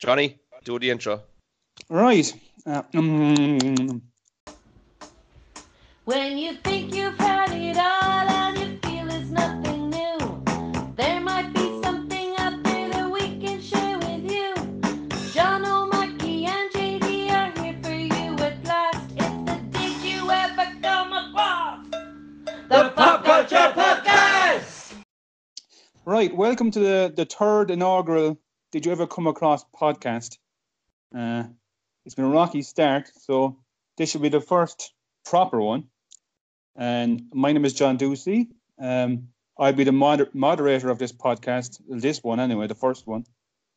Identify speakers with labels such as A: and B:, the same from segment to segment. A: Johnny, do the intro.
B: Right. Uh, mm,
C: When you think you've had it all and you feel it's nothing new, there might be something out there that we can share with you. John O'Mackey and JD are here for you at last. It's the Did You Ever Come Across? The Pop Culture Podcast!
B: right. Welcome to the, the third inaugural Did You Ever Come Across podcast. Uh, it's been a rocky start, so this should be the first proper one. And my name is John Ducey. Um, I'll be the moder- moderator of this podcast, this one anyway, the first one.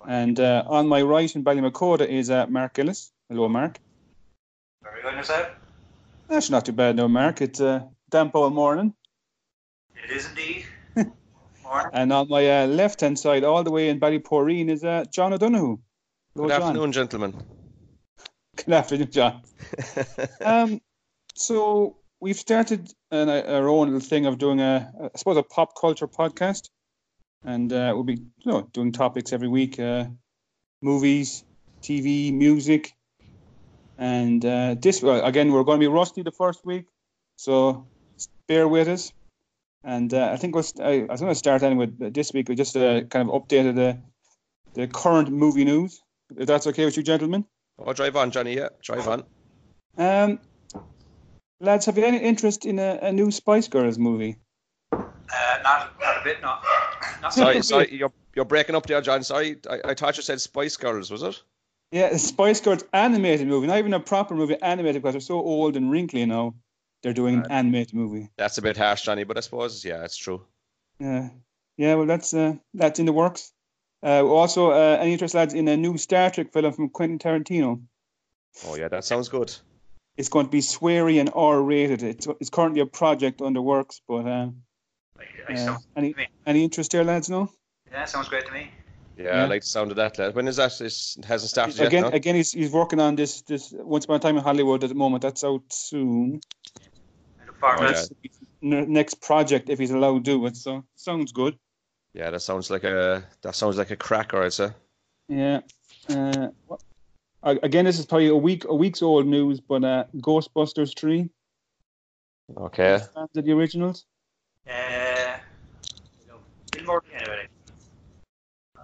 B: And uh, on my right in Ballymacoda is uh, Mark Gillis. Hello, Mark.
D: Very good yourself?
B: That's not too bad, no, Mark. It's a damp old morning.
D: It is indeed. Morning.
B: And on my uh, left hand side, all the way in Ballyporeen, is uh, John O'Donoghue. Hello,
A: Good
B: John.
A: afternoon, gentlemen.
B: Good afternoon, John. Um, so we've started an, our own little thing of doing a, a- I suppose, a pop culture podcast, and uh, we'll be, you know, doing topics every week: uh, movies, TV, music, and uh, this. Well, again, we're going to be rusty the first week, so bear with us. And uh, I think we'll st- I, I was going to start anyway with this week. We just uh, kind of updated the the current movie news, if that's okay with you, gentlemen.
A: oh, drive on, Johnny. Yeah, drive on.
B: Um, lads, have you any interest in a, a new Spice Girls movie?
D: Uh, not, not a bit, no. Not
A: Sorry, sorry, you're you're breaking up there, John. Sorry, I, I thought you said Spice Girls. Was it?
B: Yeah, a Spice Girls animated movie, not even a proper movie, animated because they're so old and wrinkly now. They're doing an animated movie.
A: That's a bit harsh, Johnny. But I suppose yeah, it's true.
B: Yeah, yeah. Well, that's uh, that's in the works. Uh, also, uh, any interest, lads, in a new Star Trek film from Quentin Tarantino?
A: Oh yeah, that sounds good.
B: It's going to be sweary and R-rated. It's, it's currently a project under works, but uh,
D: I, I
B: uh,
D: sound-
B: any any interest there, lads? No.
D: yeah, sounds great to me.
A: Yeah,
B: Yeah.
A: I like the sound of that. Lad. When is that? It's- It hasn't started yet.
B: again,
A: no?
B: again, he's, he's working on this this Once Upon a Time in Hollywood at the moment. That's out soon.
D: I look forward
A: Oh,
D: to
A: yeah.
D: it.
B: N- next project, if he's allowed to do it. So sounds good.
A: Yeah, that sounds like a that sounds like a cracker. I'd say.
B: Yeah. Uh, wha- a- again, this is probably a week a week's old news, but uh, Ghostbusters three
A: Okay.
B: fans of the originals.
D: Uh, you know, Bill Murray, anyway.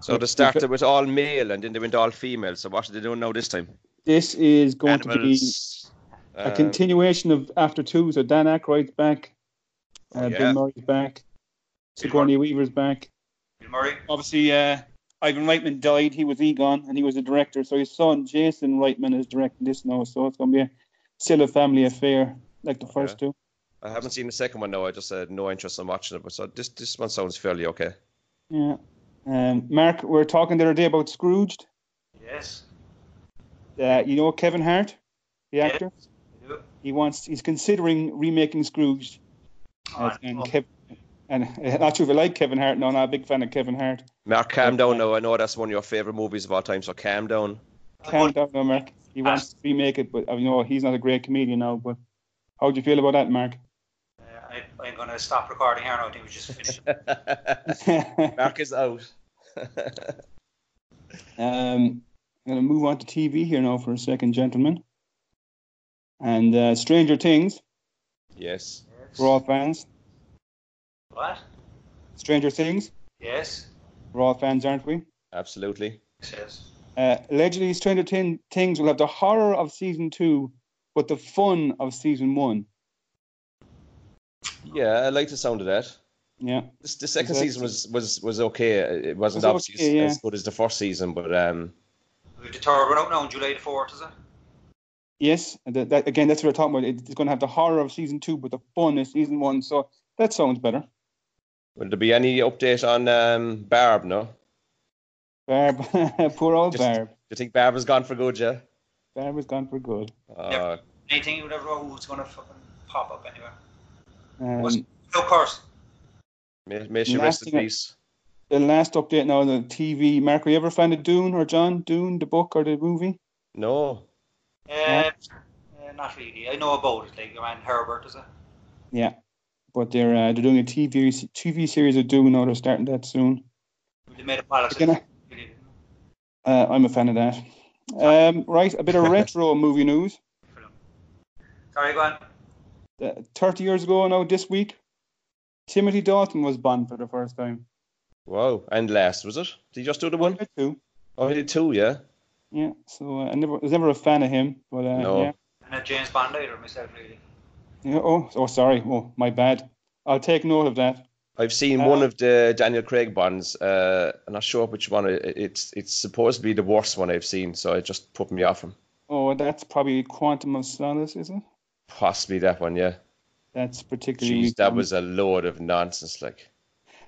A: So they started with all male and then they went all female. So what are they doing now this time?
B: This is going
A: Animals.
B: to be a
A: um,
B: continuation of After Two. So Dan Aykroyd's back, uh,
A: Oh, yeah.
B: Bill Murray's back, Sigourney Weaver's back.
D: Bill Murray.
B: obviously uh, Ivan Reitman died. He was Egon, and he was the director. So his son Jason Reitman is directing this now. So it's gonna be a, still a family affair like the first two.
A: Uh, I haven't seen the second one now. I just had no interest in watching it. But so this this one sounds fairly okay.
B: Yeah. Um, Mark, we were talking the other day about Scrooged.
D: Yes.
B: Uh, you know Kevin Hart, the
D: Yeah.
B: actor.
D: you do.
B: He wants. He's considering remaking Scrooged.
D: Oh,
B: Uh, and
D: cool.
B: Kev- and I'm not sure if I like Kevin Hart. No, I'm not a big fan of Kevin Hart.
A: Mark, calm down now. I know that's one of your favorite movies of all time. So calm down.
D: Uh,
B: Calm down, now, Mark.
D: Ah.
B: He wants to remake it, but I know he's not a great comedian now. But how do you feel about that, Mark?
D: Uh, I, I'm going to stop recording here now. I think we just finished.
A: Mark is out.
B: Um, I'm going to move on to TV here now for a second, gentlemen. And uh, Stranger Things
A: yes.
B: for all fans.
D: What?
B: Stranger Things,
D: Yes.
B: we're all fans, aren't we?
A: Absolutely.
D: Yes.
B: Uh, allegedly, Stranger Tin- Things will have the horror of season two, but the fun of season one.
A: Yeah, I like the sound of that.
B: Yeah,
A: This, the second
B: Exactly.
A: season was was was okay. It wasn't
B: It was
A: obviously
B: okay,
A: as,
B: yeah.
A: as good as the first season, but um,
D: We have the third one out now on July the 4th, is it?
B: yes. and That, that, again, that's what we're talking about. It's going to have the horror of season two, but the fun of season one. So that sounds better.
A: will there be any update on um Barb? No. Do
B: Barb, poor old
A: Just-
B: Barb.
A: you think Barb is gone for good? Yeah.
B: Barb is gone for good.
A: Uh,
D: Anything you would ever know who's going to oh, fucking pop up anyway.
B: Um,
D: Was- No curse.
A: may, may she
B: Last
A: rest in
B: thing I-
A: peace.
B: the last update now on the TV. Mark, were you ever a fan of Dune or John Dune, the book or the movie?
A: No.
D: Uh, uh, not really. I know about it. Like, your man Herbert, is it?
B: Yeah, but they're uh, they're doing a TV s- TV series of Dune now. They're starting that soon.
D: They made a policy.
B: Again, I-
D: Really didn't.
B: Uh, I'm a fan of that. Um, right, a bit of retro movie news.
D: Sorry, go on.
B: Uh, 30 years ago now, this week, Timothy Dalton was Bond for the first time.
A: Wow. And last, was it? Did he just do the one?
B: Number two.
A: Oh, he did two, yeah.
B: Yeah, so uh, I never was never a fan of him, but uh,
A: No.
B: yeah.
D: And a James Bond either myself, really.
B: yeah. Oh, oh, sorry. Oh, my bad. I'll take note of that.
A: I've seen
B: Uh,
A: one of the Daniel Craig Bonds. Uh, I'm not sure which one. It- It's it's supposed to be the worst one I've seen, so it just put me off him.
B: Oh, that's probably Quantum of Solace, is it?
A: Possibly that one, yeah.
B: That's particularly.
A: Jeez, that was a load of nonsense. Like,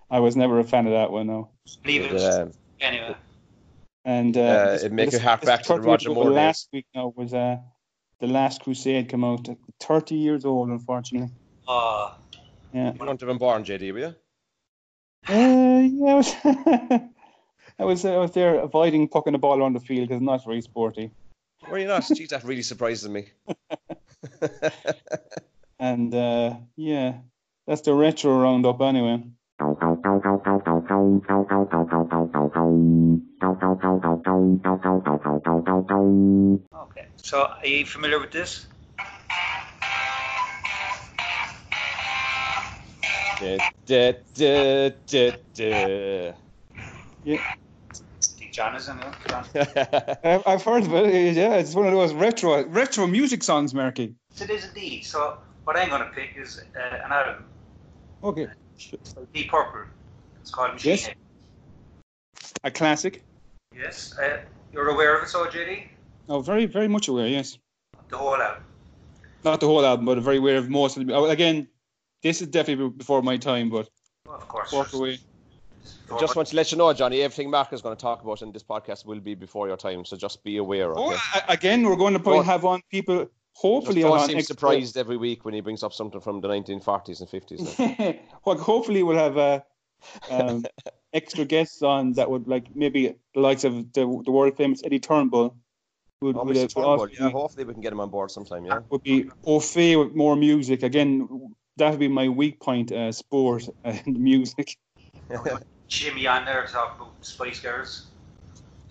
B: I was never a fan of that one, no.
D: Leave it
A: But, um,
D: anyway.
B: And uh,
A: Uh,
B: this-
A: it make
B: this-
A: you hark
B: this
A: back to the
B: 30 years
A: Roger
B: ago,
A: Moore days.
B: Last week now was uh, the Last Crusade came out. Thirty years old, unfortunately.
D: Oh,
B: Yeah.
A: you wouldn't have been born, JD, were you?
B: Uh, yeah, I was, I was, uh, I was there avoiding pucking the ball around the field because not very sporty.
A: Were you not? Jeez, that really surprises me.
B: And uh, yeah, that's the retro roundup anyway.
D: okay. So, are you familiar with this?
A: Da, da, da, da, da.
D: I think John is in it. John.
B: I've, I've heard of it. Yeah, it's one of those retro retro music songs, Marky.
D: It is indeed. So, what I'm going to pick is uh, an album,
B: Okay,
D: Deep Purple. It's called Machine
B: Yes.
D: Head.
B: a classic.
D: Yes. Uh, you're aware of it, so, JD?
B: Oh, very very much aware. Yes,
D: The whole album.
B: not the whole album, but very aware of most of the. oh, Again, this is definitely before my time, but
D: Well, of course.
B: walk away.
A: I just want to let you know, Johnny, everything Mark is going to talk about in this podcast will be before your time, so just be aware of
B: Oh,
A: it.
B: a- again, we're going to probably
A: Well-
B: have on people.
A: Just
B: Hopefully, on
A: don't
B: our
A: seem
B: next-
A: surprised every week when he brings up something from the 1940s and 50s. like.
B: well, hopefully we'll have uh, um, extra guests on that would like maybe the likes of the, the world famous Eddie Turnbull would,
A: Oh,
B: would,
A: Mr.
B: have-
A: Turnbull, yeah,
B: would
A: hopefully we can get him on board sometime, yeah.
B: be au fait with more music. Again, that would be my weak point: uh, sport and music.
D: Jimmy on there talking about Spice Girls.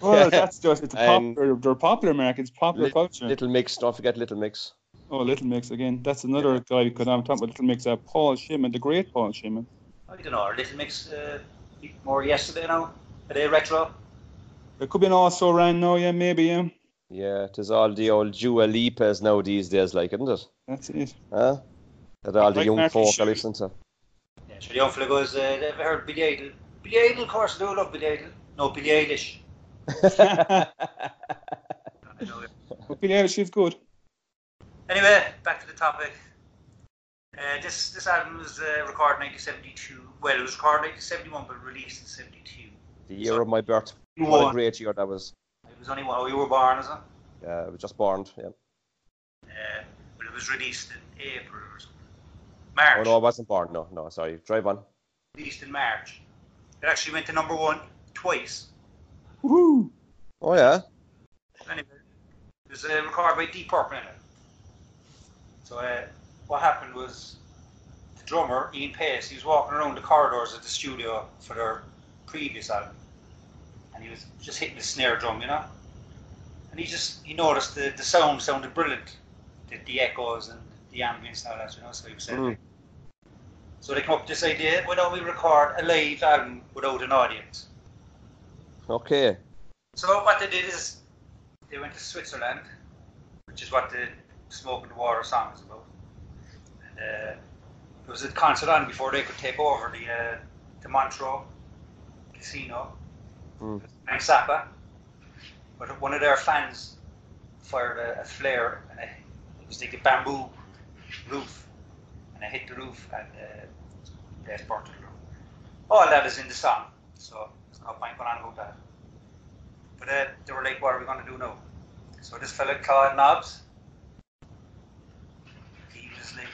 B: Well, that's just it's
A: And-
B: popular. They're popular Americans, popular
A: Lit-
B: culture.
A: Little Mix, don't forget Little Mix.
B: oh, Little Mix again. That's another guy we could have talking about Little Mix. Uh, Paul Shimon, the great Paul Shimon.
D: I don't know. Are Little Mix uh, more yesterday now? Are they retro?
B: It could be an also ran now, yeah, maybe, yeah.
A: Yeah, 'tis all the old Dua Lipas now these days, like, isn't it?
B: That's it.
A: Huh? That all the
B: Like
A: young
B: Marky
A: folk are
B: Shelley.
A: listening to.
D: Yeah, so the young fella goes, uh, have you heard Billy Idol? Billy Idol, of course, I do love Billy Idol. No, Billy Eilish. I know it.
B: But Billie Eilish is good.
D: Anyway, back to the topic. Uh, this this album was uh, recorded in 1972. Well, it was recorded in 1971, but released in 72.
A: The year of my birth.
D: You
A: What a
D: were-
A: great year that was.
D: It was only one. Oh, you were born, is it?
A: Yeah, I was just born. Yeah.
D: Uh, but it was released in April or something.
A: Oh
D: March.
A: no, I wasn't born. No, no, sorry. Drive on.
D: Released in March. It actually went to number one twice.
B: Woo!
A: Oh yeah.
D: Anyway, it was uh, recorded by Deep Purple in it. So uh, what happened was the drummer Ian Pace he was walking around the corridors of the studio for their previous album, and he was just hitting the snare drum, you know. And he just he noticed the, the sound sounded brilliant, the, the echoes and the ambience and all that, you know. So he was saying.
A: Mm.
D: So they come up with this idea: why don't we record a live album without an audience?
A: Okay.
D: So what they did is they went to Switzerland, which is what the Smoke and the Water song is about. And, uh, there was a concert on before they could take over the uh, the Montreux Casino.
A: Mm.
D: Frank Zappa, but one of their fans fired a, a flare and it it was like a bamboo roof, and it hit the roof and uh, they burnt it. All that is in the song, so there's no point going on about that. But uh, they were like, what are we going to do now? So this fella, Claude Knobs, he was like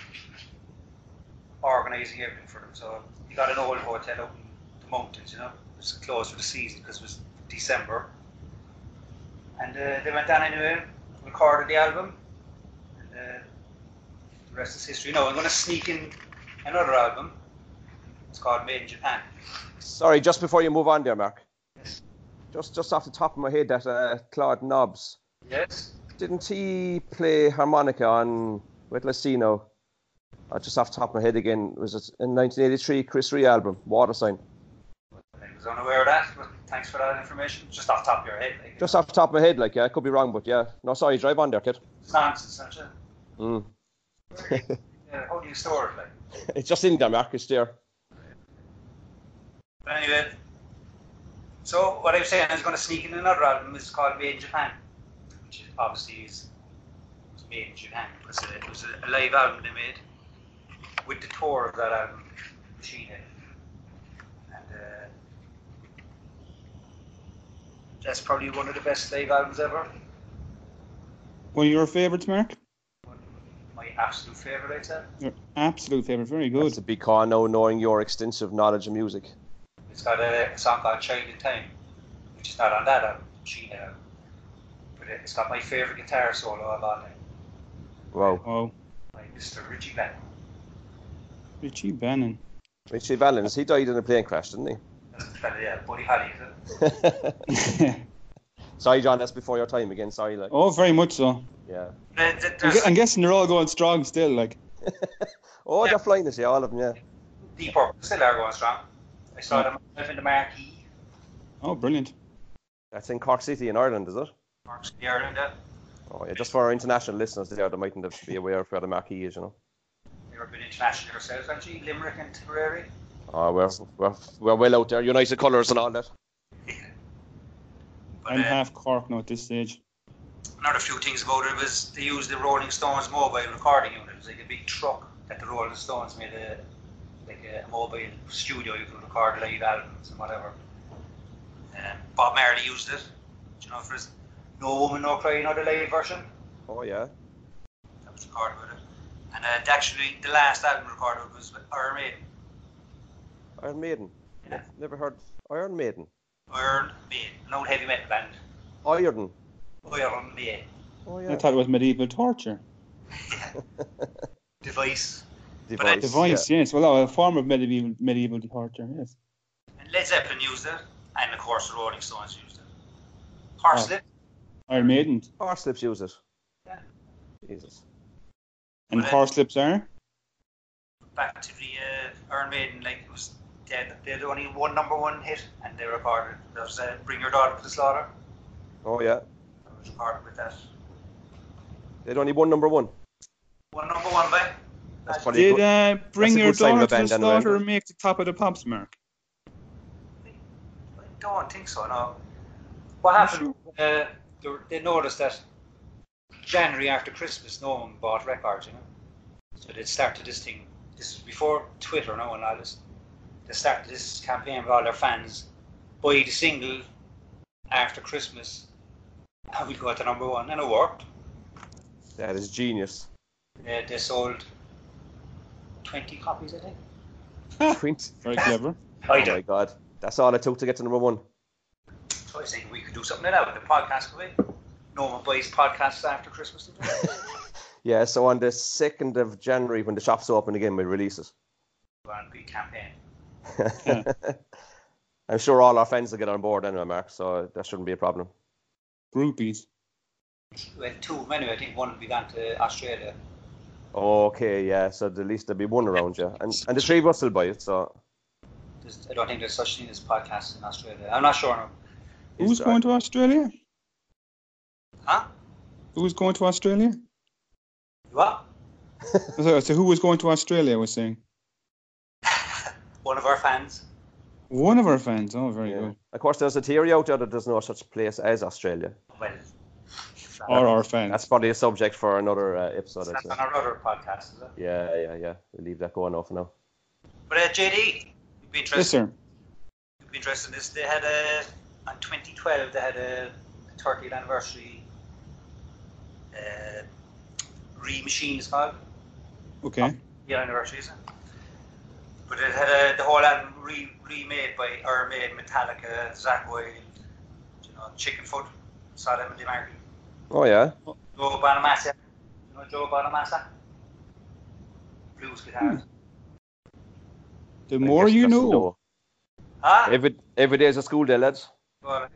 D: organising everything for them. So he got an old hotel out in the mountains, you know, it was closed for the season because it was December. And uh, they went down anyway, recorded the album, and uh, the rest is history. No, I'm going to sneak in another album. It's called Made in Japan.
A: Sorry, just before you move on there, Mark.
D: Yes.
A: Just just just off the top of my head that uh, Claude Knobs
D: Yes.
A: didn't he play harmonica on with Lacino? Uh, just off the top of my head again, was it in 1983 Chris Rea album Water Sign?
D: I was unaware of that, but thanks for that information. Just off the top of your head. Like,
A: Just off the top of my head, like yeah, I could be wrong, but yeah, no, sorry, drive on there, kid.
D: it's nonsense, isn't it?
A: Mm.
D: Where do you- yeah, how do you store it? Like?
A: It's just in Denmark, it's there.
D: But anyway, so what I was saying is going to sneak in another album. It's called Made in Japan, which is obviously is was made in Japan. It was, a, it was a live album they made with the tour of that album, Machine Head. And uh, that's probably one of the best live albums ever.
B: One of your favorites, Mark?
D: My absolute favourite, I'd say.
B: Your absolute favorite. Very
A: That's
B: good.
A: a big con now, knowing your extensive knowledge of music.
D: It's got a, a song called Child in Time, which is not on that album, Machine Head album. But it's got my favourite guitar solo of all time.
A: Wow.
B: Wow.
D: by Mr. Richie Beck.
B: Richie Bannon.
A: Richie Valens, he died in a plane crash, didn't
D: Yeah, Buddy Holly. is it?
A: he? sorry, John, that's before your time again. Sorry, like,
B: oh, very much so.
A: yeah.
D: There- there-
B: I'm gu-
D: There's
B: I'm guessing they're all going strong still. Like,
A: Oh,
D: Yeah.
A: they're flying this year, all of them, yeah.
D: Deep Purple still are going strong. I saw them live in the marquee,
B: oh, brilliant.
A: That's in Cork City in Ireland, is it?
D: Marks in Ireland. uh,
A: Oh, yeah, just for our international listeners there, they mightn't have- be aware of where the marquee is, you know.
D: They were a bit international ourselves, actually. Limerick and Tipperary.
A: Oh, we're, we're, we're well out there, United Colours and all that.
D: But,
B: I'm
D: uh,
B: half Cork now at this stage.
D: Another few things about it was they used the Rolling Stones mobile recording unit. It was like a big truck that the Rolling Stones made a like a mobile studio you could record live albums and whatever. Um, Bob Marley used it, you know, for his No Woman No Cry, you know, the live version.
A: Oh, yeah.
D: that was recorded with it. And uh, the- actually, the last album recorded was with Iron Maiden.
A: Iron Maiden.
D: Yeah.
A: Never heard Iron Maiden.
D: Iron Maiden, an old heavy metal band.
A: Iron.
D: Iron Maiden.
A: Oh,
B: I
A: yeah.
B: thought it was medieval torture.
D: Device.
A: Device.
B: Device, yes. Well, a form of medieval medieval torture, yes.
D: And Led Zeppelin used it, and of course, the Rolling Stones used it. Horslip.
B: Iron Maiden.
A: Yeah. Parslips use it.
D: Yeah.
A: Jesus.
B: And
D: Right.
B: horse lips are?
D: back to the uh, Iron Maiden, like it was they had, they had only one number one hit, and they recorded. There was uh, Bring Your Daughter to the Slaughter.
A: Oh, yeah.
D: It was recorded with that.
A: They'd only won number one.
D: One number one, by.
A: That's probably
B: Did
A: good.
B: uh, bring
A: a
B: your
A: good sign of
B: daughter
A: a
B: to the
A: band anyway,
B: slaughter
A: isn't
B: and make the top of the pops mark?
D: I don't think so. No. What happened? Uh, they, were- they noticed that January after Christmas, no one bought records, you know. So they started this thing. This is before Twitter, no one all this. They started this campaign with all their fans. Buy the single after Christmas, and we go to number one, and it worked.
A: That is genius.
D: They, they sold twenty copies, I think.
A: Quint.
B: Very clever.
A: Oh, my God. That's all it took to get to number one.
D: So I was thinking we could do something like that with the podcast, could we? No one buys podcasts after Christmas. do they?
A: Yeah, so on the 2nd of January, when the shops open again, we'll release it.
D: Grand Prix campaign.
A: Hmm.
B: Yeah.
A: I'm sure all our fans will get on board anyway, Mark, so that shouldn't be a problem.
B: Groupies.
D: Well, two of them anyway. I think one will be gone to Australia.
A: Okay, yeah, so at least there'll be one around you. And, and the three of us will buy it, so.
D: There's, I don't think there's such thing as podcasts in Australia. I'm not sure. No.
A: Is-
B: Who's going to Australia?
D: Huh?
B: Who's going to Australia?
D: You What?
B: So, so who was going to Australia? I was saying
D: One of our fans.
B: one of our fans. Oh, very
A: yeah.
B: good.
A: Of course, there's a theory out there that there's no such place as Australia.
D: Well,
B: Or our fans.
A: That's probably a subject for another uh, episode, I'd
D: that's
A: say.
D: on our other podcast, is it?
A: Yeah, yeah, yeah. We'll leave that going off now.
D: But uh, JD, you'd be interested.
B: yes, sir.
D: You'd be interested in this. They had a on 2012. They had a 30th anniversary. Uh, remachine is called.
B: Okay.
D: Yeah, anniversary, isn't it? But it had uh, the whole album re- remade by Iron Maiden, er Metallica, Zack Wild, you know, Chickenfoot, saw them in the American.
A: Oh, yeah.
D: Joe Bonamassa, you know Joe Bonamassa? Blues guitar.
B: The
A: I
B: more
A: guess
B: you
A: that's a
B: know.
A: no.
D: Huh? Ah! er
A: Every, every day is a school day, lads.
D: Well,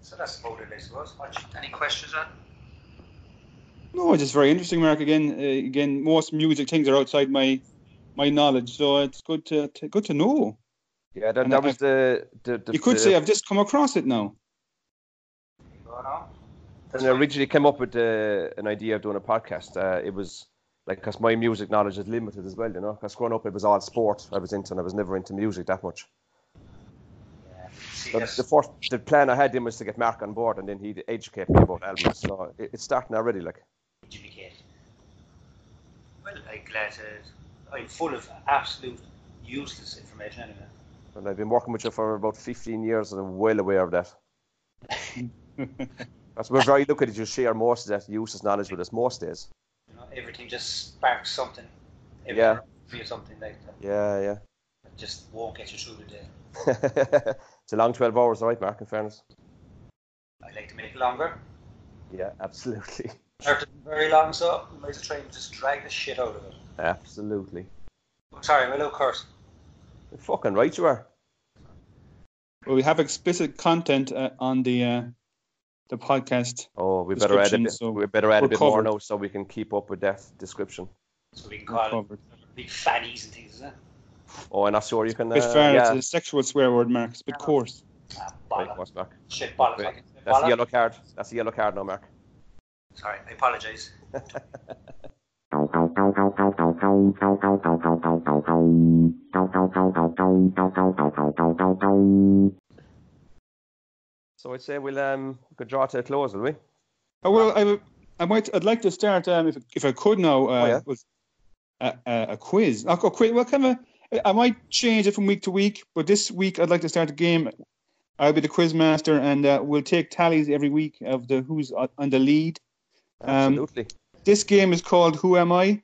D: So that's about it, I suppose. What, er any questions on?
B: No, just very interesting, Mark. Again, uh, again, most music things are outside my my knowledge, so it's good to, to good to know.
A: Yeah, that,
B: And
A: that
B: I-
A: was the, the, the
B: You could
A: the-
B: say I've just come across it now.
D: Go on on.
A: when I originally came up with uh, an idea of doing a podcast, uh, it was like because my music knowledge is limited as well, you know. Because growing up, it was all sport I was into, and I was never into music that much.
D: Yeah. See,
A: So
D: that's-
A: the first the plan I had then was to get Mark on board, and then he'd educate me about albums. So it, it's starting already, like.
D: educate. Well, I'm glad uh, I'm full of absolute useless information anyway.
A: And I've been working with you for about 15 years, and I'm well aware of that. That's we're very lucky that you share most of that useless knowledge with us most days.
D: You know, everything just sparks something. Everything
A: Yeah.
D: Feel something like that.
A: Yeah, yeah.
D: that just won't get you through the day.
A: it's a long 12 hours, all right, Mark, in fairness.
D: I like to make it longer.
A: Yeah, absolutely.
D: After very long, so I might as well try and just drag the shit out of it.
A: Absolutely.
D: Oh, sorry, I'm a little curse.
A: You're fucking right, you are.
B: Well, we have explicit content uh, on the uh, the podcast.
A: Oh, we better add a
B: Description,
A: bit,
B: so
A: we better add a
B: we're
A: bit more
B: covered.
A: now so we can keep up with that description.
D: So we can
B: We're
D: call it
B: covered.
D: big fannies and things, isn't it?
A: Oh, and I'm sure you can. Uh,
B: bit fair,
A: yeah.
B: it's a sexual swear word, Mark. It's a bit coarse.
D: Ah,
A: Right,
D: bollock.
A: what's Mark?
D: Shit, bollock.
A: Wait,
D: I can say
A: That's a
D: bollock.
A: yellow card. That's a yellow card now, Mark.
D: Sorry, I apologise.
A: So I'd say we'll um we could draw to a close, will we?
B: Oh, well, I, would- I might. I'd like to start. Um, if if I could now, uh,
A: Oh, yeah.
B: with a, a, a quiz. I'll go quiz. What kind of? A, I might change it from week to week, but this week I'd like to start a game. I'll be the quiz master, and uh, we'll take tallies every week of the who's on on the lead. Um,
A: Absolutely.
B: This game is called Who Am I?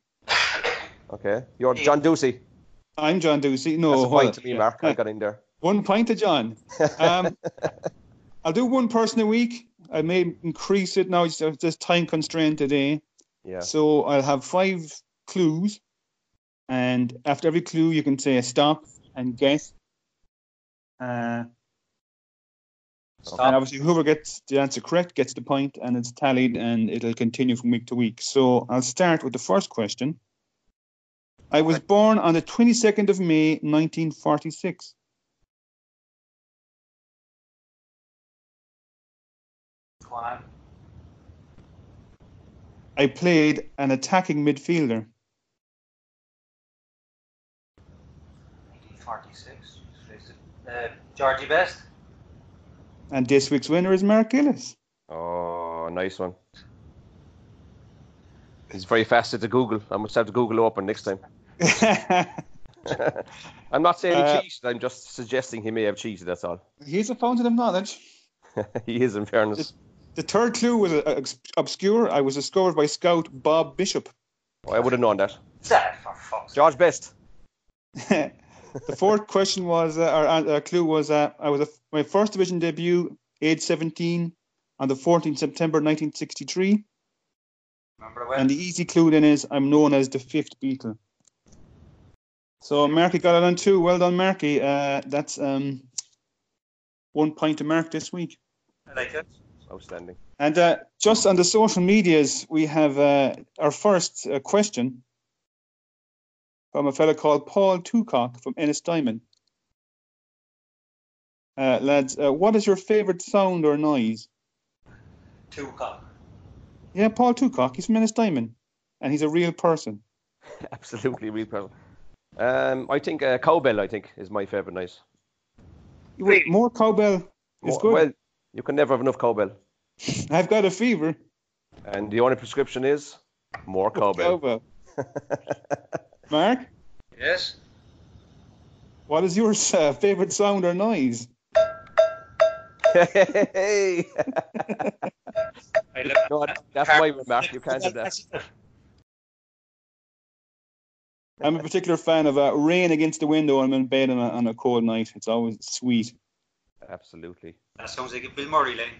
A: okay. You're John Ducey.
B: I'm John Ducey. No,
A: That's a
B: hold
A: point to
B: on. Uh,
A: me, Mark. I got in there.
B: One pint to John. Um, I'll do one person a week. I may increase it now. It's it's just time constraint today.
A: Yeah.
B: So I'll have five clues, and after every clue, you can say a stop and guess. Uh, and
D: Stop.
B: obviously, whoever gets the answer correct gets the point, and it's tallied, and it'll continue from week to week. So I'll start with the first question. I was born on the 22nd of May, 1946.
D: Go on.
B: I played an attacking midfielder.
D: 1946. Uh, Georgie Best.
B: And this week's winner is Mark Gillis.
A: Oh, nice one. He's very fast at the Google. I must have the Google open next time. I'm not saying
B: Uh,
A: he cheated. I'm just suggesting he may have cheated. That's all.
B: He's a fountain of knowledge.
A: he is, in fairness.
B: The third clue was uh, obs- obscure. I was discovered by scout Bob Bishop.
A: Oh, I would have known that.
D: Sad for fuck's sake.
A: George Best.
B: the fourth question was, uh, or uh, uh, clue was, uh, I was a, my first division debut, age 17, on the 14th September 1963.
D: Remember
B: And
D: when?
B: the easy clue then is, I'm known as the fifth Beatle. So Marky got it on two. Well done, Marky. Uh, that's um, one point to Mark this week.
D: I like it.
A: Outstanding.
B: And uh, just on the social medias, we have uh, our first uh, question from a fellow called Paul Tucock from Ennis Diamond. Uh, lads, uh, what is your favourite sound or noise?
D: Two o'clock.
B: Yeah, Paul Tucock, he's from Ennis Diamond, and he's a real person.
A: Absolutely real person. Um, I think uh, cowbell. I think is my favorite noise.
D: Really?
B: More cowbell is
A: Mo-
B: good.
A: Well, you can never have enough cowbell.
B: I've got a fever.
A: And the only prescription is more cowbell.
B: Cowbell. Mark,
D: Yes.
B: what is your uh, favourite sound or noise?
A: hey,
D: I love
A: no, that's my remark. You can't do that.
B: I'm a particular fan of uh, rain against the window. when I'm in bed on a, on a cold night. It's always sweet.
A: Absolutely.
D: That sounds like a Bill Murray line.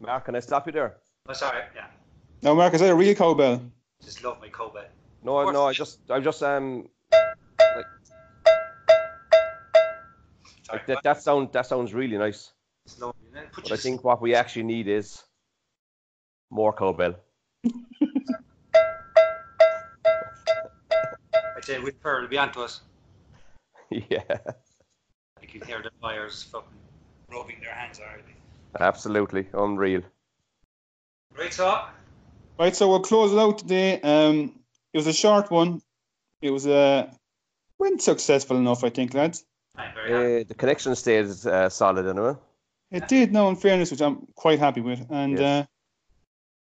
A: Mark, can I stop you there?
D: Oh, sorry. Yeah.
B: Now, Mark, is that a real cowbell?
D: Just love my cowbell.
A: No,
D: course.
A: no. I just, I just um, Like that, that sound that sounds really nice.
D: It's lovely. And then put
A: But
D: your
A: I think what we actually need is more cowbell.
D: I tell you, with Pearl will be onto us.
A: yeah,
D: You can hear the fires fucking rubbing their hands already.
A: absolutely unreal.
D: Right, so
B: Right, so we'll close it out today. Um, it was a short one. It was uh, went successful enough, I think, lads.
D: I'm very happy.
A: Uh, the connection stays uh, solid anyway.
B: It did, now, in fairness, which I'm quite happy with. And uh,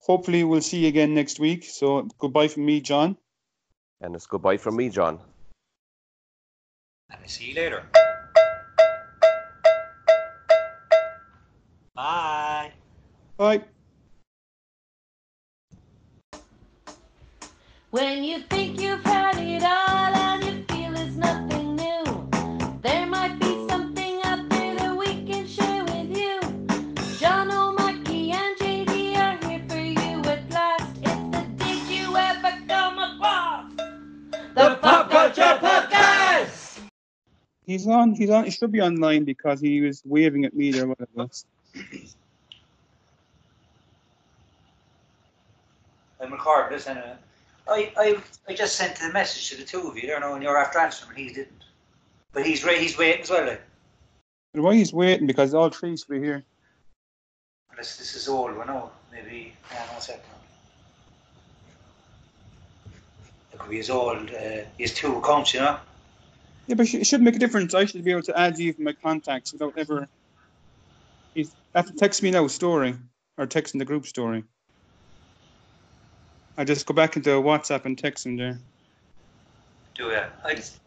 B: hopefully, we'll see you again next week. So, goodbye from me, John.
A: And it's goodbye from me, John.
D: And I see you later. Bye.
B: Bye.
C: When you think you've had it all and you feel it's nothing new, there might be something out there that we can share with you. John O'Mackey and JD are here for you at last. It's the Did You Ever Come Across? The Pop Culture Podcast!
B: He's on, he's on, he should be online because he was waving at me there. Whatever.
D: And McCord, listen, uh, I, I, I just sent the message to the two of you, you know, and you're after answering, and he didn't. But he's re- he's waiting as well, like.
B: And why he's waiting because all three should be here.
D: This, this is all, I know. Maybe, yeah, no, second. It could be as old, uh, his two accounts, you know.
B: Yeah, but it should make a difference. I should be able to add you from my contacts without ever. You have to text me now, story, or text in the group story. I just go back into WhatsApp and text him there.
D: Do that. I just,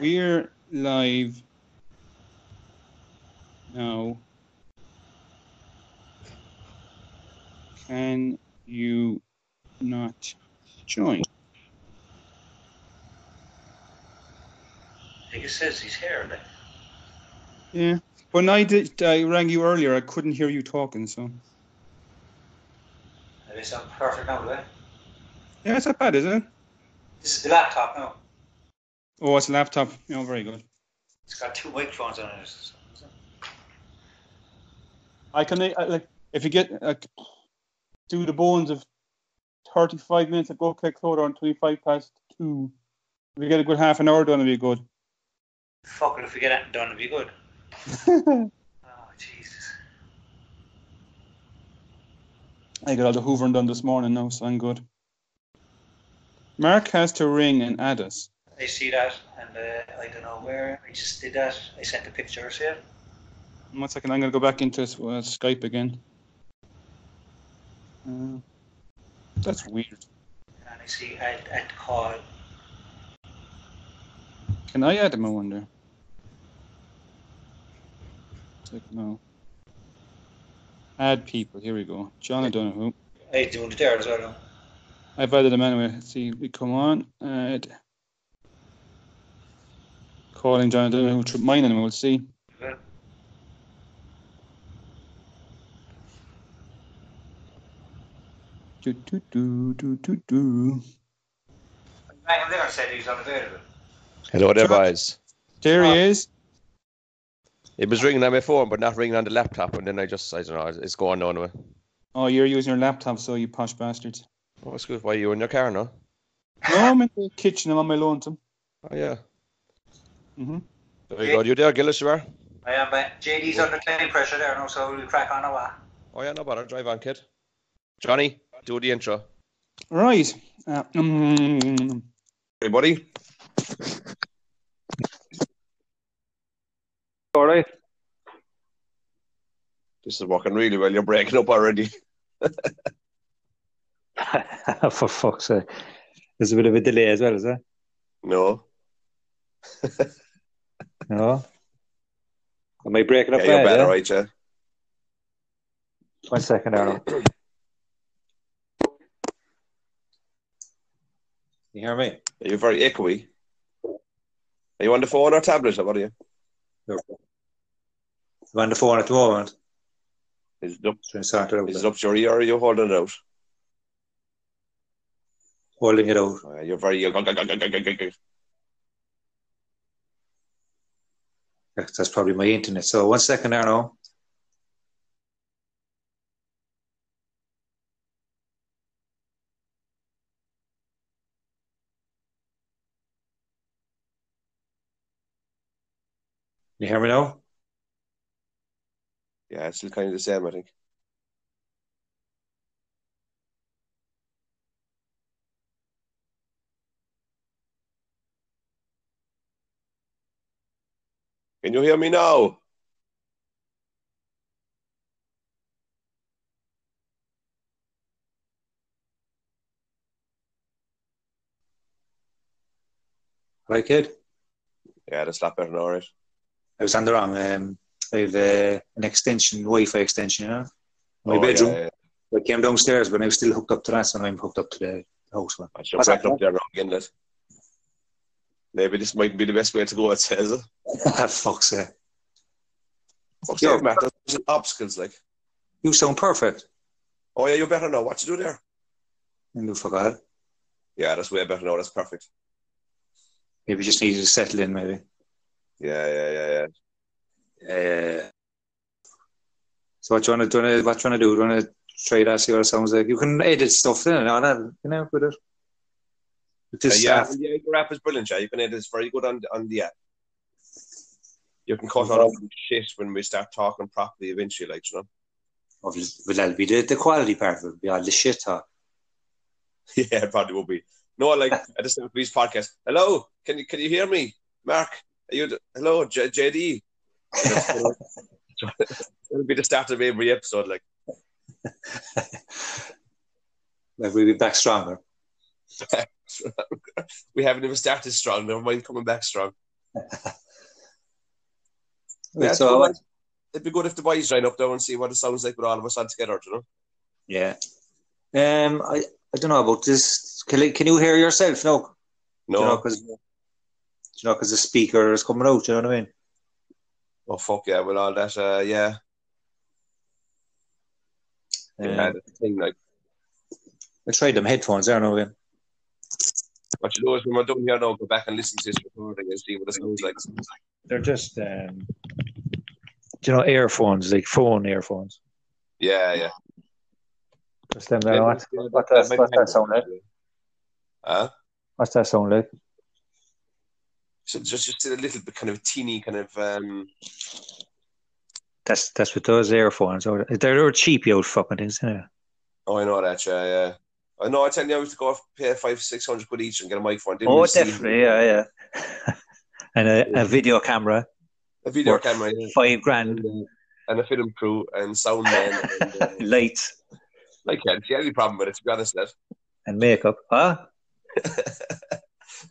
B: We're live now. Can you not join?
D: I think it says he's here, like.
B: Yeah. When I did, I rang you earlier. I couldn't hear you talking, so
D: Maybe it's not perfect now, eh? like.
B: yeah, it's not bad, is it?
D: This is the laptop now.
B: Oh, it's a laptop. Oh, very good.
D: It's got two microphones on it. Is it?
B: I can I, like if you get like do the bones of thirty five minutes of go kick quarter on twenty five past two. If you get a good half an hour done, it'll be good.
D: Fuck it, if we get that done, it'd be good. Oh, Jesus.
B: I got all the hoovering done this morning now, so I'm good. Mark has to ring and add us.
D: I see that, and uh, I don't know where. I just did that. I sent a picture, see it?
B: One second, I'm gonna go back into uh, Skype again. Uh, that's weird.
D: And I see I at call.
B: Can I add him? I wonder. It's like no. Add people. Here we go. John O'Donoghue.
D: I doing it there as well. though.
B: I've added them anyway. Let's see, we come on. And calling John. I don't know who took mine anyway. We'll see.
D: Yeah.
B: Do, do, do, do, do, do.
D: I rang him there and said he was unavailable.
A: Hello
B: there,
A: boys.
B: There he is.
A: It was ringing on my phone, but not ringing on the laptop. And then I just, I don't know, it's going on. Anyway.
B: Oh, you're using your laptop, so you posh bastards.
A: Oh, it's good. Why are you in your car now?
B: No, I'm in the kitchen. I'm on my lonesome.
A: Oh, yeah.
B: Mhm.
A: Very good. You there, Gillis, you are?
D: I am, uh, JD's under time pressure there now, so we'll crack on a while.
A: Oh, yeah, no bother. Drive on, kid. Johnny, do the intro.
B: Right. Uh, mm,
A: Everybody.
E: All right.
F: This is working really well. You're breaking up already.
E: For fuck's sake. There's a bit of a delay as well, is there?
F: No.
E: No. Am I breaking up
F: Yeah, you're
E: bad,
A: eh?
F: better,
E: yeah?
F: right, yeah?
E: One second, Aaron. Can you hear me?
F: Are you very echoey? Are you on the phone or tablet? or What are you?
E: No. I'm on the phone at the moment.
F: Is it up,
E: Trying to sort it out.
F: is it up to your ear or are you holding it out?
E: Holding it out.
F: Oh, Uh, you're very.
G: That's that's probably my internet. So one second, Arno. You hear me now?
F: Yeah, it's still kind of the same, I think. Can you hear me now?
G: Like it?
F: Yeah, that's a lot better now, right?
G: I was on the wrong. Um, I have uh, an extension, Wi-Fi extension, you know, my
F: Oh,
G: bedroom.
F: Yeah, yeah.
G: I came downstairs, but I was still hooked up to that, and I'm hooked up to the house one.
F: I should
G: What's
F: back
G: that?
F: up there now again, lad. Maybe this might be the best way to go, it says.
G: Fuck's uh, sake.
F: Fuck's
G: Yeah.
F: sake, Matt, there's obstacles, like.
G: You sound perfect.
F: Oh, yeah, you're better now. What you do there?
G: And you forgot.
F: Yeah, that's way better now. That's perfect.
G: Maybe you just needed to settle in, maybe.
F: Yeah, yeah, yeah, yeah.
G: Uh, so what you want to do? What you want to do? You want to try that? See what it sounds like. You can edit stuff then and all that. You know, with it. With
F: Uh,
G: this
F: yeah,
G: stuff.
F: yeah, your app is brilliant, yeah. You can edit it's very good on, on the app. You can cut out all the shit when we start talking properly eventually, like, you know?
G: Obviously, Well, that'll be the, the quality part of it. Be all the shit talk.
F: Yeah, it probably will be. No, like at the start of his podcast. Hello, can you can you hear me, Mark? Are you hello, J- JD? It'll be the start of every episode. Like,
G: Like we'll be back stronger.
F: we haven't even started strong. Never mind coming back strong.
G: Yeah,
F: Yeah,
G: so,
F: so it'd be good if the boys join up though and see what it sounds like with all of us on together. do You know?
G: yeah. Um, I, I don't know about this. Can, you- can you hear yourself? No.
F: No.
G: You know, because you know, 'cause the speaker is coming out. You know what I mean?
F: Oh fuck yeah! With all that, uh, yeah, yeah.
G: Um,
F: The thing like
G: I tried them headphones. I don't know again.
F: what you do is when we're done here now, go back and listen to this recording and see what it sounds like.
G: They're just, um, you know, earphones like phone earphones.
F: Yeah, uh, yeah.
G: Just them
F: Maybe-
G: there. What's,
F: yeah,
G: what
F: that
G: does-
F: might
G: what
F: be-
G: that sound like?
F: Huh?
G: What's that sound like?
F: So just just a little bit kind of teeny kind of um
G: That's that's what those earphones are. They're, they're cheap, old fucking things, isn't it?
F: oh I know that yeah yeah. I know I tell you I was to go off pay five, six hundred quid each and get a microphone. Didn't
G: Oh,
F: we see
G: definitely, yeah, yeah. and a, a video camera,
F: A video
G: Or-
F: camera yeah,
G: five grand,
F: and a film crew and sound man and, uh,
G: lights,
F: I can't see any problem with it to be honest lad.
G: and makeup. Huh?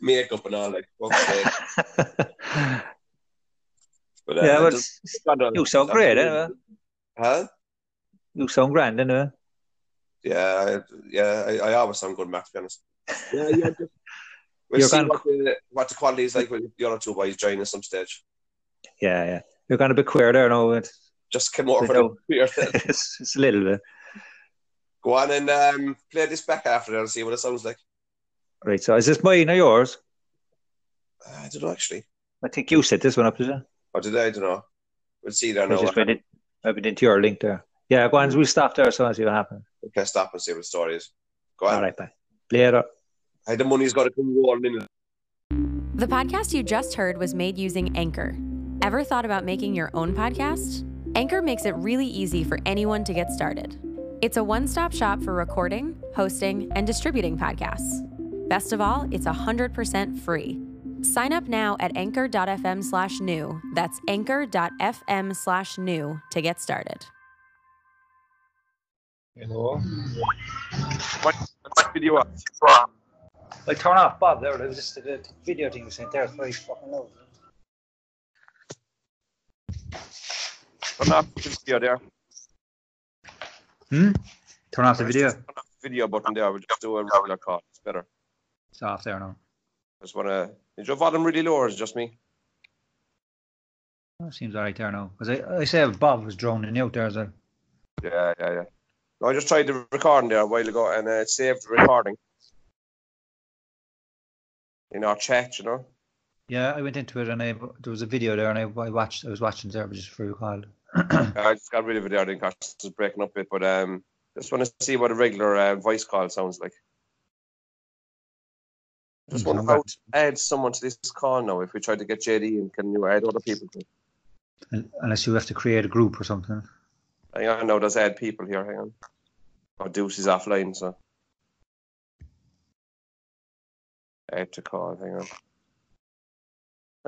F: Makeup and all like fuck's sake. But, uh,
G: yeah, well,
F: just- I don't know.
G: you sound great, eh?
F: Huh?
G: you sound grand, innit?
F: Yeah, I, yeah, I, I always sound good, Matt, to be honest. Yeah, yeah. just- We'll
G: You're
F: see
G: gone-
F: what the, what the quality is like with the other two boys joining at some stage.
G: Yeah, yeah. You're going to be queer there, no? It's,
F: Just come over
G: They
F: for
G: know.
F: the
G: it's, it's a little bit.
F: Go on and um, play this back after that and see what it sounds like.
G: Right, so is this mine or yours?
F: Uh, I don't know actually.
G: I think you set this one up, did you?
F: Or did I? I don't know. We'll see there
G: I
F: now.
G: just went in, I went into your link there. Yeah, go on, we'll stop there so I see what happens.
F: We can stop and see what the story is. Go
G: All
F: on.
G: right, bye. Later.
F: Hey, the money's got to come rolling in.
H: The podcast you just heard was made using Anchor. Ever thought about making your own podcast? Anchor makes it really easy for anyone to get started. It's a one stop shop for recording, hosting, and distributing podcasts. Best of all, it's 100% free. Sign up now at anchor.fm slash new. That's anchor.fm slash new to get started.
D: You know?
A: What, what video are
D: Like, turn off Bob there. It was just the video thing you sent there. It's very fucking loud.
A: Turn off the video there.
G: Hmm? Turn off the video.
A: Turn off the video button there. We'll just do a regular call. It's better.
G: It's off there now.
A: just want to. Is your volume really low or is it just me?
G: Oh, seems all right there now. Because I, I say Bob was droning out there as well.
A: Yeah, yeah, yeah. No, I just tried the recording there a while ago and uh, it saved the recording in our chat, you know.
G: Yeah, I went into it and I there was a video there and I, I watched I was watching there but just for a call.
A: Uh, I just got rid of it. I think Carson was breaking up a bit, but um, just want to see what a regular uh, voice call sounds like. Just wonder how to add someone to this call now. If we try to get JD and can you add other people? To it?
G: Unless you have to create a group or something.
A: Hang on, no, there's add people here. Hang on. Oh, Deuce is offline, so add to call. Hang on.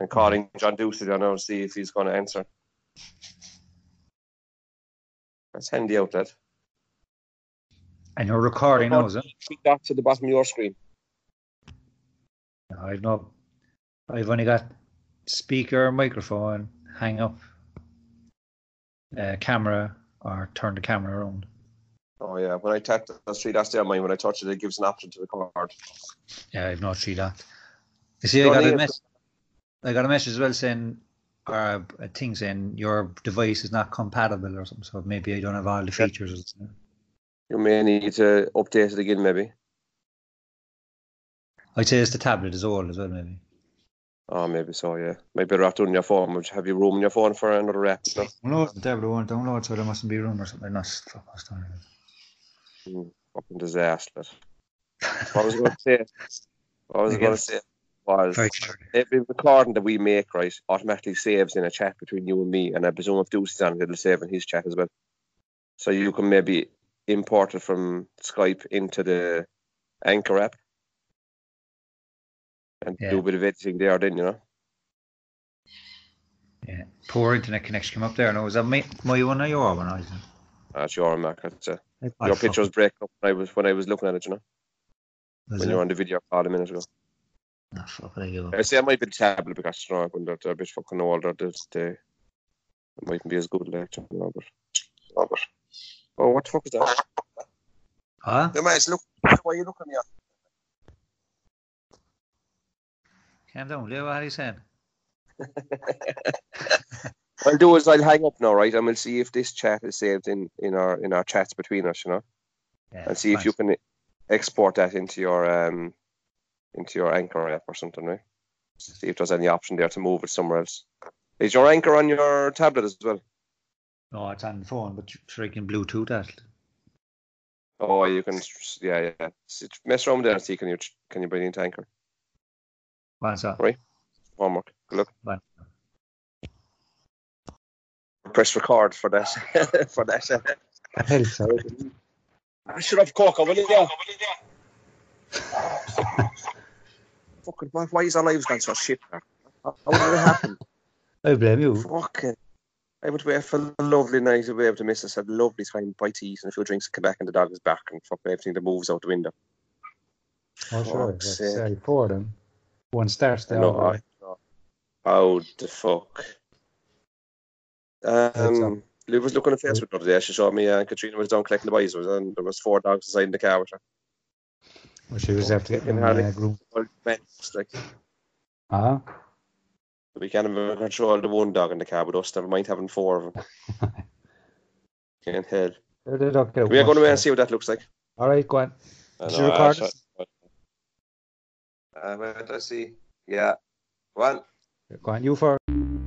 A: I'm calling John Deuce. I don't know. See if he's going to answer. That's handy out, lad.
G: And you're recording now, is it?
A: Three dots at the bottom of your screen.
G: No, I've no I've only got speaker, microphone, hang up, uh, camera, or turn the camera around.
A: Oh yeah, when I tap those three dots there, mine when I touch it, it gives an option to record.
G: Yeah, I've not seen that. You see, I
A: Don't
G: got
A: need
G: a
A: it.
G: mess. I got a message as well saying, or a thing saying your device is not compatible or something. So maybe I don't have all the features. or something.
A: You may need to update it again, maybe.
G: I'd say it's the tablet is old as well, maybe.
A: Oh, maybe so. Yeah, maybe better off doing your phone. Would you have you room in your phone for another app? No.
G: Well, no, the tablet won't download, so there mustn't be room or something. That's fuck, that's not it.
A: Mm, fucking disaster. What I was going to say? What I was
G: I
A: going to
G: guess.
A: say was
G: Very clear.
A: every recording that we make, right, automatically saves in a chat between you and me, and I presume if Deuce is on it, it'll save in his chat as well. So you can maybe import it from Skype into the Anchor app and
G: Yeah.
A: do a bit of editing there, then you know.
G: Yeah. Poor internet connection came up there. No, was that my, my one or your one? I think?
A: That's your mark. That's, uh,
G: Oh,
A: your
G: fuck,
A: pictures break up when I was when I was looking at it, you know,
G: was
A: when
G: it?
A: you were on the video call a minute ago.
G: Oh, fuck, I give up.
A: I say I might be the tablet because you know, when they're, they're a bit fucking older, they, they it mightn't be as good like you know, but, oh, but- oh, what the fuck is that?
G: Huh?
A: The man's look. Why are you looking at?
G: Calm down, Leo. What are you saying?
A: What I'll do is I'll hang up now, right, and we'll see if this chat is saved in in our in our chats between us, you know,
G: Yeah,
A: and see if
G: fine.
A: you can export that into your um into your Anchor app or something, right? See if there's any option there to move it somewhere else. Is your Anchor on your tablet as well?
G: No, it's on the phone, but you freaking Bluetooth that.
A: Oh, you can, yeah, yeah. S- Mess around with that and see can you can you bring it into Anchor?
G: What's that?
A: Right. Homework. Good luck.
G: Bye.
A: Press record for that. for that. I should have Cork over there. Fucking, why, why is our lives gone so shit? man? How how did it happen?
G: I blame
I: Oh,
G: you.
A: Fucking. I went away for a lovely night away with the missus, had a lovely time, bite to eat and a few drinks, come back and the dog is back and fucking everything that moves out the window.
I: Oh, sure.
A: Fuck's
I: That's
A: sake.
I: very poor then. One starts
A: I
I: there.
A: know, I know. How the fuck? Um, Lou was looking at Facebook the other day. She showed me uh, Katrina was down collecting the boys. It was, and there was four dogs inside the car with her.
I: Well, she was after
A: Fucking
I: getting
A: hell.
I: uh, Uh-huh. groom.
A: Well, man, it's like,
I: Huh?
A: we can't even control the one dog in the car with us. Never mind having four of them. Can't hell.
I: They don't get
A: We're
I: much
A: going away
I: there.
A: and see what that looks like.
I: All right, go on.
A: I
I: Is
A: know,
I: it
A: I
I: recorded?
A: shot- Uh, wait, let's see. Yeah. Well,
I: Go on, you for.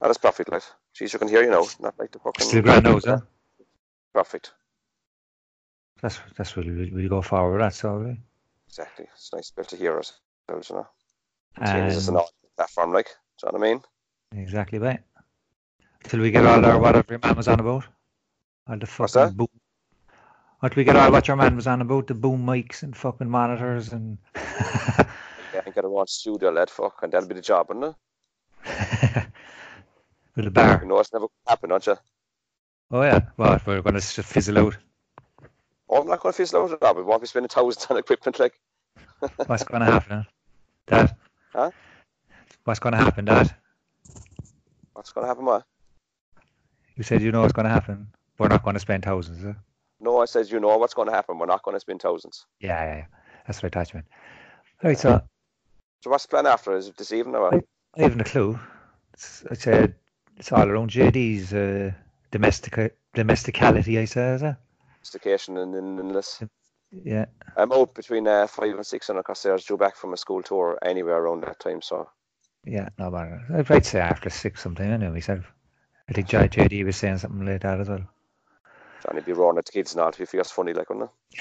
A: Oh, that's perfect, lad. Jeez, you can hear you now. Not like the fucking.
G: Still grand nose, huh?
A: Perfect.
G: That's, that's really, really, really go forward with that, so really.
A: Exactly. It's nice to be able to hear us. You know, seeing as it's an
G: And
A: audio platform, like, do you know what I mean?
G: exactly right. Till we get all our whatever your man was on about. All the
A: What's
G: fucking
A: that?
G: boom. Until we get all what your man was on about, the boom mics and fucking monitors and
A: Yeah, and get a one studio, lad. Fuck, and that'll be the job, isn't it?
G: with the bar.
A: You know, it's never gonna happen, don't you?
G: Oh yeah, well we're gonna s- fizzle out.
A: Oh, I'm not going to feel loaded up. We won't be spending thousands on equipment, like.
G: What's gonna happen? That.
A: Huh?
G: What's gonna happen, Dad?
A: What's going to happen, Matt?
G: You said you know what's going to happen. We're not going to spend thousands. Huh?
A: No, I says, you know what's going to happen. We're not going to spend thousands.
G: Yeah, yeah, yeah. That's what I thought you meant. All right, so
A: So what's the plan after? Is it this evening or what?
G: I haven't a clue. It's, it's, uh, it's all around JD's uh, domestic domesticality, I say, is it?
A: Staycation and then endless.
G: Yeah.
A: I'm out between uh, 5 and 6 and of course there's due back from a school tour anywhere around that time. So
G: Yeah, no matter. I'd I'd say after six sometime anyway myself. I think J- JD was saying something like that as well.
A: Johnny be roaring at the kids and all if he feels funny like, wouldn't he?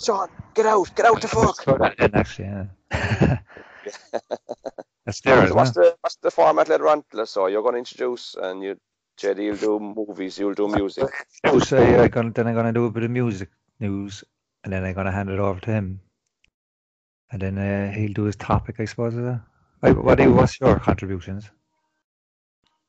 A: Sean, get out, get out the fuck.
G: And actually, yeah. That's there,
A: So
G: isn't
A: what's
G: it?
A: the what's the format later on? So you're going to introduce, and you, JD, you'll do movies, you'll do music.
G: Oh, so yeah, I'm gonna, then I'm going to do a bit of music news and then I'm going to hand it over to him. And then uh, he'll do his topic, I suppose. Is it? Like, what do you- what's your contributions?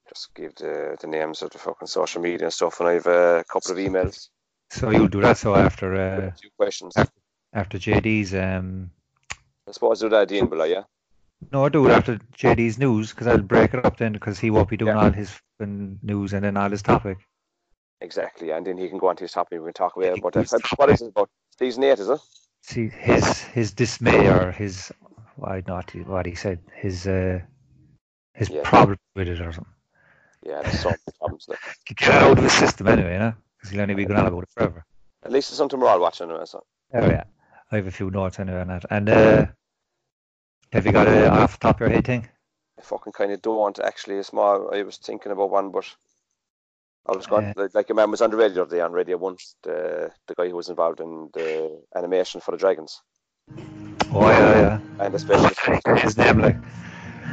A: Just give the the names of the fucking social media and stuff, and I've uh, a couple of emails,
G: So you'll do that. So after uh,
A: a few questions.
G: I after JD's um,
A: I suppose I'll do that at the end, will I? Yeah.
G: No, I do it after JD's news because I'll break it up then because he won't be doing all his fucking news and then all his topic.
A: Exactly, and then he can go on to his topic. We can talk
G: Yeah,
A: about
G: he
A: about
G: can
A: that. What is it about? These Nate, is it?
G: See his his dismay or his why not what he said his uh, his
A: Yeah.
G: problem with it or something.
A: Yeah, there's some problems there.
G: To Get it out of his system anyway, you know, because he'll only be going on about it forever.
A: At least it's something we're all watching. Anyway, so.
G: Oh yeah, I have a few notes anyway on that. And uh, have you got a off the top of your head thing?
A: I fucking kind of don't actually. It's more, I was thinking about one, but I was going
G: Yeah.
A: like, like a man was on the radio today on Radio One, the the guy who was involved in the animation for the dragons
G: Oh yeah,
A: and
G: yeah.
A: especially
G: His name like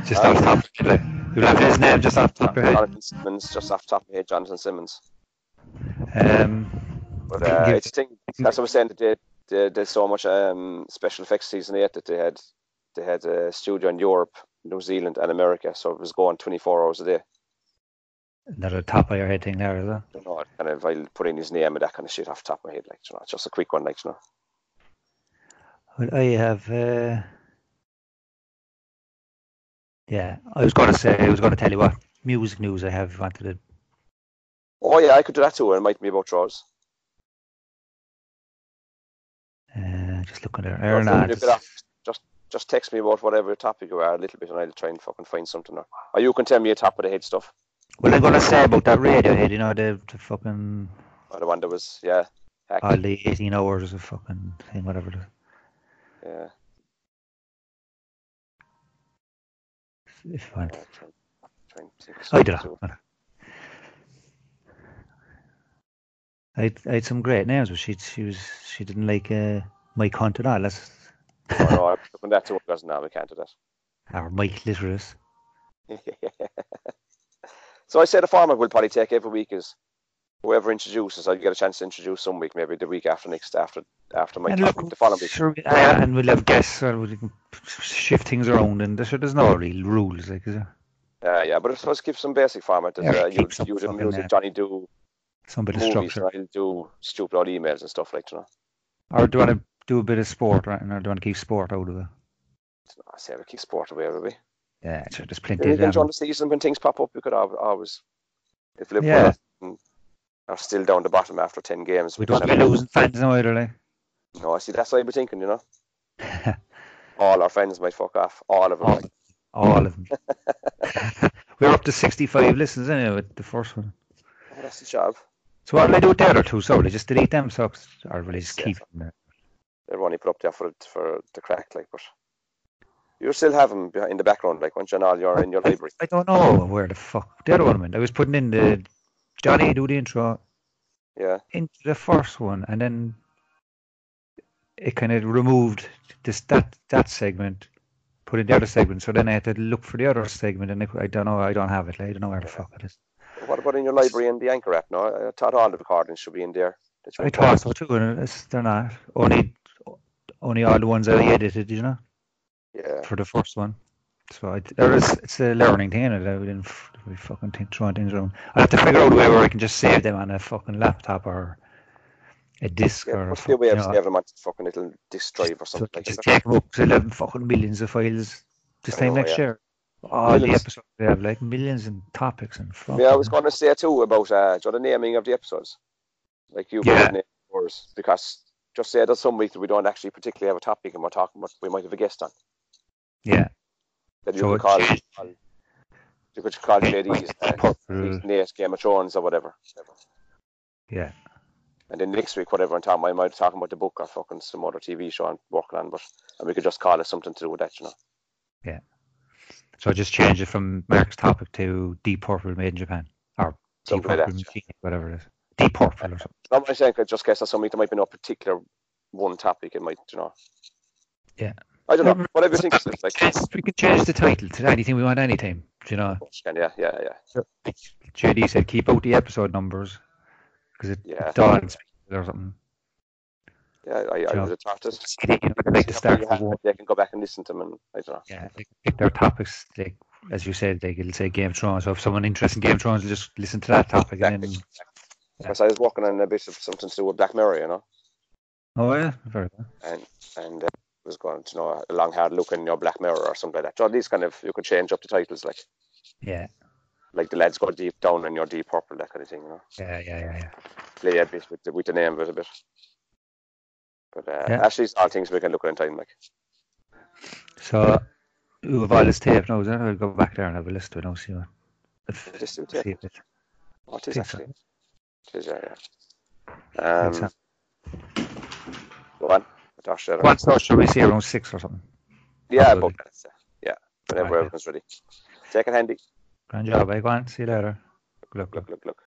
G: just off the top. Of your head, like, you'll have his name just off the top of your head.
A: Jonathan Simmons, just off the top of my head, Jonathan Simmons.
G: Um,
A: But
G: Didn't
A: uh,
G: give-
A: it's a thing. That's what I'm saying. That they, they did so much um, special effects season eight that they had they had a studio in Europe, New Zealand, and America, so it was going 24 hours a day.
G: Not a top of your head thing there, is it?
A: You know, and if I put in his name and that kind of shit off the top of my head, like you know, it's just a quick one, like you know.
G: Well, I have. Uh... Yeah, I was going to say, I was going to tell you what music news I have. if you Wanted to.
A: Oh yeah, I could do that too. and It might be about draws.
G: Uh, just looking there.
A: Well,
G: Aaron
A: so you
G: Adams.
A: could ask- just just text me about whatever topic you are a little bit, and I'll try and fucking find something. Or, or you can tell me a top of the head stuff.
G: Well, I'm going to say about that Radiohead, you know, the, the fucking.
A: Or the one that was yeah, hack,
G: All the 18 hours of fucking thing, whatever. it
A: yeah.
G: is, If you want.
A: yeah, try- try and think of
G: I
A: something
G: did.
A: to-
G: I had, I had some great names, but she she was she didn't like uh, Mike Hunt at all. That's,
A: Oh, no, I'm looking at that too. Doesn't now we can't do
G: or Mike Litterus.
A: that. so I said the format we'll probably take every week is whoever introduces. I'll get a chance to introduce some week, maybe the week after next, after after my
G: And
A: topic,
G: look,
A: the following week.
G: sure, uh, and we'll have guests, or we can shift things around, and there's, there's no real rules, like is there?
A: Uh, yeah, but let's keep some basic format. There's,
G: Yeah,
A: uh, you
G: keep some
A: you do
G: fucking,
A: music,
G: uh,
A: Johnny do
G: some bit of
A: movies,
G: structure,
A: and I'll do stupid old emails and stuff like you know.
G: or do you want to do a bit of sport, right? Or do you want to keep sport out of it?
A: I say we keep sport away, will we?
G: Yeah, sure, there's plenty
A: Then
G: of
A: again, during
G: that.
A: the season when things pop up, we could al- always, if Liverpool
G: Yeah.
A: are, are still down the bottom after ten games,
G: We don't
A: can
G: be
A: have-
G: losing fans now either, like.
A: No, Oh, I see. That's what I be thinking, you know. All our friends might fuck off. All of them.
G: All
A: like.
G: of All of them. We're up to 65 listens anyway with the first one.
A: Oh, that's the job.
G: So what will I do with the other two? Sorry, just delete them socks, or will I just keep them?
A: They're only put up there for for the crack, like. But you still have them in the background, like once you're not, you're in your library.
G: I don't know where the fuck the other one went. I was putting in the Johnny do the intro
A: Yeah.
G: into the first one, and then it kind of removed this that that segment, put in the other segment. So then I had to look for the other segment, and I, cou- I don't know. I don't have it. like, I don't know where the fuck it is.
A: What about in your library in the Anchor app? No, I thought all the recordings should be in there. That you
G: I thought so too, and it's, they're not only only all the ones that I edited, you know,
A: Yeah.
G: for the first one. So I, there is it's a learning thing, and I didn't f- we fucking think throwing things around. I have to figure out a way where I can just save them on a fucking laptop or a disc
A: Yeah,
G: or a
A: must be a way
G: fucking-
A: of
G: you know,
A: saving them onto fucking little disk drive or
G: So
A: something
G: I
A: like
G: just
A: that.
G: take them up to 11 fucking millions of files this
A: I
G: time
A: know,
G: next
A: Oh, yeah.
G: year. all the
A: Millions.
G: episodes they have, like millions and topics and fuck.
A: Yeah, I was going to say too about uh, do you know the naming of the episodes, like you
G: Yeah.
A: yeah. name yours, because just say there's some weeks that we don't actually particularly have a topic and we're talking, but we might have a guest on
G: yeah.
A: that you
G: So
A: could
G: it-
A: call. call- You could call JD's uh,
G: Purple.
A: Nate Game of Thrones or whatever.
G: Yeah.
A: And then next week, whatever, and Tom, I might be talking about the book or fucking some other TV show I'm working on, but and we could just call it something to do with that, you know.
G: So I just changed it from Mark's topic to Deep Purple Made in Japan. Or Deep
A: Something like
G: Purple
A: that,
G: Machine, whatever it is. Deep Purple or something.
A: Not what I'm saying, 'cause just guess that something there might be no particular one topic, it might, you know.
G: Yeah.
A: I don't know. Whatever you think is like,
G: Yes, we can change the title to anything we want anytime. Do you know?
A: yeah, yeah, yeah.
G: JD said keep out the episode numbers because it
A: Yeah.
G: dawns or something.
A: Yeah, I, I
G: Job.
A: would have thought this.
G: I'd like to start with one.
A: They can go back and listen to them, and I don't know.
G: Yeah, they can pick their topics. Like as you said, like it'll say Game of Thrones. So if someone interested in Game of Thrones, will just listen to that topic. And then,
A: Exactly. Because I was working on a bit of something to do with Black Mirror, you know,
G: oh yeah, very well.
A: and uh, was going to know a long hard look in your Black Mirror or something like that. So these kind of you could change up the titles, like
G: Yeah,
A: like the lads go deep down and your deep purple, that kind of thing, you know.
G: yeah, yeah, yeah. yeah.
A: Play a bit with the, with the name of it a bit. But uh,
G: Yeah.
A: actually, it's all things we can look at in time, like
G: So we have all this tape now. Is that? I'll go back there and have a list of it. I'll see what. If,
A: Just do
G: see
A: tape.
G: if it,
A: what is
G: Think
A: actually. It
G: so.
A: is, yeah, yeah. Um,
G: Think
A: go on. Dash that on.
G: what sort should we see around six or something?
A: Yeah,
G: Absolutely.
A: but that's, uh, yeah, whenever
G: Right.
A: everyone's ready. Take it handy.
G: Grand job, eh? Go on. See you later. Good luck.
A: Look, look, look.